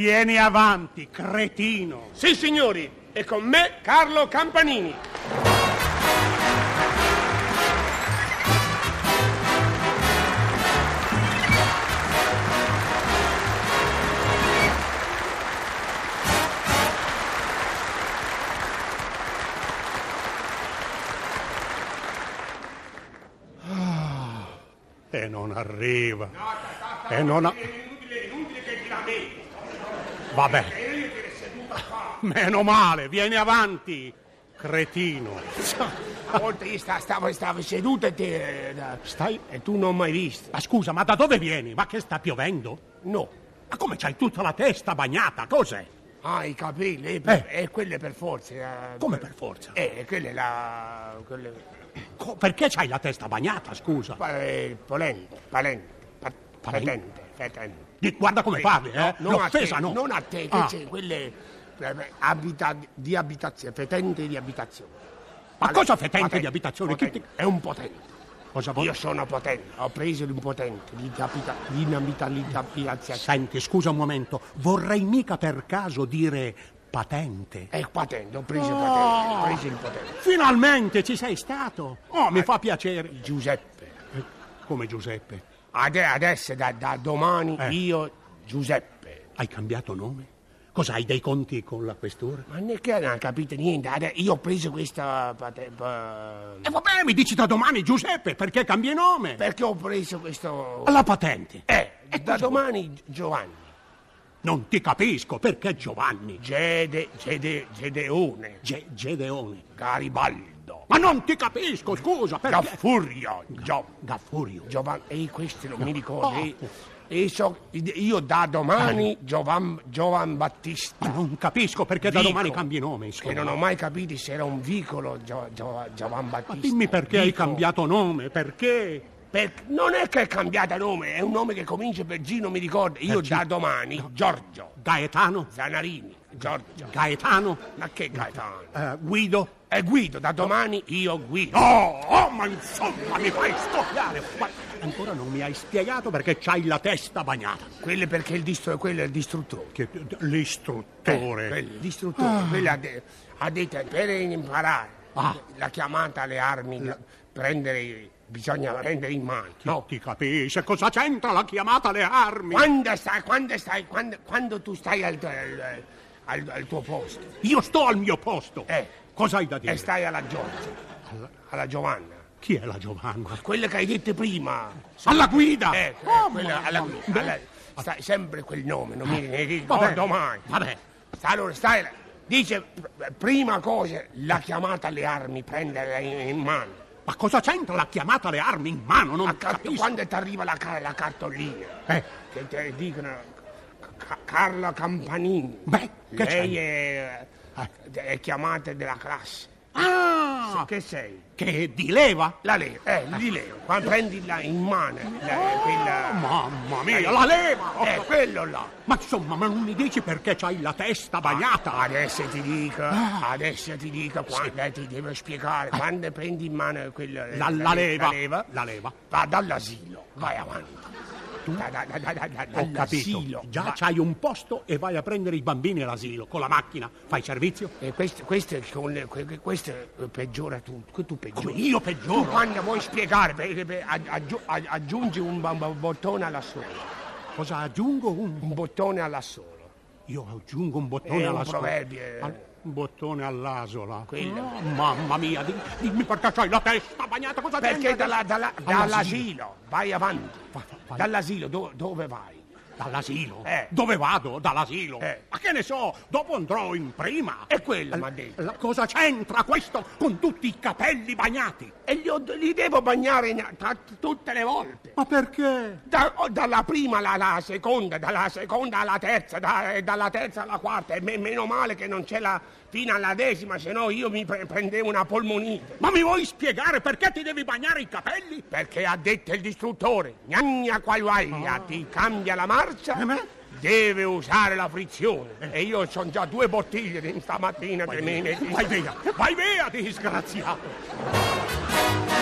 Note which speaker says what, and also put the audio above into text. Speaker 1: Vieni avanti, cretino!
Speaker 2: Sì, signori, e con me Carlo Campanini.
Speaker 1: E non arriva. E non a... Vabbè. Meno male, vieni avanti, cretino.
Speaker 2: A volte io sta- stavo, stavo seduto e te, eh, da-
Speaker 1: Stai...
Speaker 2: e tu non mai visto.
Speaker 1: Ma scusa, ma da dove vieni? Ma che sta piovendo?
Speaker 2: No.
Speaker 1: Ma come c'hai tutta la testa bagnata? Cos'è?
Speaker 2: Ah, i capelli, e
Speaker 1: Eh.
Speaker 2: quelle per forza. eh,
Speaker 1: Come per forza?
Speaker 2: Eh, quelle la... quelle...
Speaker 1: Co- perché c'hai la testa bagnata, scusa?
Speaker 2: Pa- eh, polente, palente, pa- patente, patente.
Speaker 1: Di- guarda come parli, eh?
Speaker 2: non
Speaker 1: L'offesa
Speaker 2: a te,
Speaker 1: no.
Speaker 2: Non a te, che
Speaker 1: Ah,
Speaker 2: c'è, quelle eh, abita- di abitazione, fetente di abitazione.
Speaker 1: Ma cosa fetente
Speaker 2: potente,
Speaker 1: di abitazione? Chi
Speaker 2: potente, È un potente.
Speaker 1: Cosa vuoi?
Speaker 2: Io sono potente, ho preso l'impotente, l'inabita- l'inabitabilizzazione.
Speaker 1: Senti, scusa un momento, vorrei mica per caso dire patente.
Speaker 2: È patente, ho preso il
Speaker 1: Oh.
Speaker 2: potente, ho preso il potente.
Speaker 1: Finalmente ci sei stato. Oh, mi fa piacere.
Speaker 2: Giuseppe.
Speaker 1: Eh, Come Giuseppe,
Speaker 2: Ade- adesso, da, da domani,
Speaker 1: Eh.
Speaker 2: io, Giuseppe.
Speaker 1: hai cambiato nome? Cosa hai dei conti con la questura?
Speaker 2: Ma neanche non capite niente, ade- io ho preso questa patente...
Speaker 1: E vabbè, mi dici da domani Giuseppe, perché cambi nome?
Speaker 2: Perché ho preso questo...
Speaker 1: La patente.
Speaker 2: Eh,
Speaker 1: E
Speaker 2: da
Speaker 1: cosa
Speaker 2: domani Giovanni.
Speaker 1: Non ti capisco, perché Giovanni?
Speaker 2: Gede, Gede, Gedeone.
Speaker 1: Ge- Gedeone.
Speaker 2: Garibaldo.
Speaker 1: Ma non ti capisco, scusa, perché...
Speaker 2: Gaffurio. Gio,
Speaker 1: Gaffurio.
Speaker 2: Giovanni. E questo non mi ricordo.
Speaker 1: Oh.
Speaker 2: eh. E so- io da domani Giovan, Giovan Battista.
Speaker 1: Ma non capisco perché da
Speaker 2: Vico,
Speaker 1: domani cambi nome,
Speaker 2: Che
Speaker 1: insomma.
Speaker 2: non ho mai capito se era un vicolo Gio, Gio- Giovan Battista.
Speaker 1: Ma dimmi perché hai
Speaker 2: Vico.
Speaker 1: cambiato nome, perché...
Speaker 2: Per- non è che è cambiato nome, è un nome che comincia per G, non mi ricordo. Io
Speaker 1: G.
Speaker 2: da domani Giorgio.
Speaker 1: Gaetano?
Speaker 2: Zanarini, Giorgio.
Speaker 1: Gaetano?
Speaker 2: Ma che Gaetano?
Speaker 1: Eh, Guido?
Speaker 2: E Guido, da domani io Guido.
Speaker 1: Oh, oh, ma insomma, mi fai stornare! Ma ancora non mi hai spiegato perché c'hai la testa bagnata.
Speaker 2: Quello perché il distru- quello è il distruttore.
Speaker 1: Che,
Speaker 2: Eh,
Speaker 1: l'istruttore.
Speaker 2: quello, il distruttore. Quello ha, de- ha detto "Eh, per imparare
Speaker 1: Ah.
Speaker 2: la chiamata alle armi, la- prendere, bisogna
Speaker 1: eh.
Speaker 2: prendere in mano.
Speaker 1: No, ti capisce cosa c'entra la chiamata alle armi?
Speaker 2: Quando stai, quando stai, quando, quando tu stai al, tuo- al- al- al tuo posto
Speaker 1: Io sto al mio posto.
Speaker 2: Eh.
Speaker 1: Cosa hai da dire?
Speaker 2: e stai alla Giorgia, alla Giovanna,
Speaker 1: Chi è la Giovanna?
Speaker 2: quello che hai detto prima.
Speaker 1: Alla guida!
Speaker 2: Eh, eh,
Speaker 1: Oh,
Speaker 2: quella-
Speaker 1: mamma
Speaker 2: alla-
Speaker 1: mia. Eh.
Speaker 2: alla- sta- sempre quel nome, non mi ne
Speaker 1: Vabbè,
Speaker 2: ricordo mai.
Speaker 1: Vabbè.
Speaker 2: Sta- Allora, stai là. Dice, pr- prima cosa, la chiamata alle armi, prenderla in, in mano.
Speaker 1: Ma cosa c'entra la chiamata alle armi in mano? Non
Speaker 2: A ca-
Speaker 1: capisco.
Speaker 2: quando ti arriva la, ca- la cartolina,
Speaker 1: Eh,
Speaker 2: che ti dicono Ca- Carla Campanini,
Speaker 1: beh, che
Speaker 2: lei
Speaker 1: c'è?
Speaker 2: è, è chiamata della classe.
Speaker 1: Ah,
Speaker 2: Che sei?
Speaker 1: che dileva?
Speaker 2: La Leo, eh, di Leo, quando prendi la- in mano la- quella...
Speaker 1: Oh, mamma mia, la leva!
Speaker 2: Eh, quello là.
Speaker 1: Ma insomma, ma non mi dici perché c'hai la testa
Speaker 2: Ah,
Speaker 1: bagnata?
Speaker 2: Adesso ti dico,
Speaker 1: Ah.
Speaker 2: adesso ti dico, quando eh, ti devo spiegare, quando prendi in mano quella...
Speaker 1: La, la leva,
Speaker 2: La leva,
Speaker 1: la leva.
Speaker 2: vado all'asilo, vai avanti. Da, da, da, da, da, da,
Speaker 1: Ho capito.
Speaker 2: all'asilo,
Speaker 1: Già
Speaker 2: vai.
Speaker 1: c'hai un posto e vai a prendere i bambini all'asilo con la macchina. Fai servizio?
Speaker 2: E questo, questo, con- que- questo peggiora tutto, que- tu
Speaker 1: Come
Speaker 2: peggiori.
Speaker 1: io
Speaker 2: Tu
Speaker 1: peggioro?
Speaker 2: quando vuoi spiegare, per- per- aggi- aggi- aggiungi un ba- ba- bottone alla sola,
Speaker 1: Cosa aggiungo? Un...
Speaker 2: un bottone alla sola.
Speaker 1: Io aggiungo un bottone
Speaker 2: È un
Speaker 1: alla sola.
Speaker 2: proverbio, eh.
Speaker 1: Al- Un bottone all'asola.
Speaker 2: Quello.
Speaker 1: Oh, mamma mia, di- dimmi perché c'hai la testa bagnata. Cosa
Speaker 2: Perché
Speaker 1: c'entra?
Speaker 2: dalla- dalla- dall'asilo, vai avanti.
Speaker 1: Fa- fa- vai.
Speaker 2: Dall'asilo, do- dove vai?
Speaker 1: Dall'asilo?
Speaker 2: Eh.
Speaker 1: Dove vado? Dall'asilo?
Speaker 2: Eh.
Speaker 1: Ma che ne so, dopo andrò in prima.
Speaker 2: È quello,
Speaker 1: L-
Speaker 2: m'ha detto.
Speaker 1: la- cosa c'entra questo con tutti i capelli bagnati?
Speaker 2: E li, ho- li devo bagnare in- tra- tutte le volte.
Speaker 1: Ma perché?
Speaker 2: Da- o dalla prima alla, alla seconda, dalla seconda alla terza, da- e dalla terza alla quarta. E me- meno male che non c'è la fino alla decima, se no io mi pre- prendevo una polmonite.
Speaker 1: Ma mi vuoi spiegare perché ti devi bagnare i capelli?
Speaker 2: Perché ha detto il distruttore, gnagna quagliaglia, ti cambia la marcia,
Speaker 1: Ah. Eh beh.
Speaker 2: deve usare la frizione. E io sono già due bottiglie di stamattina. che me ne-
Speaker 1: Vai via, vai via, disgraziato!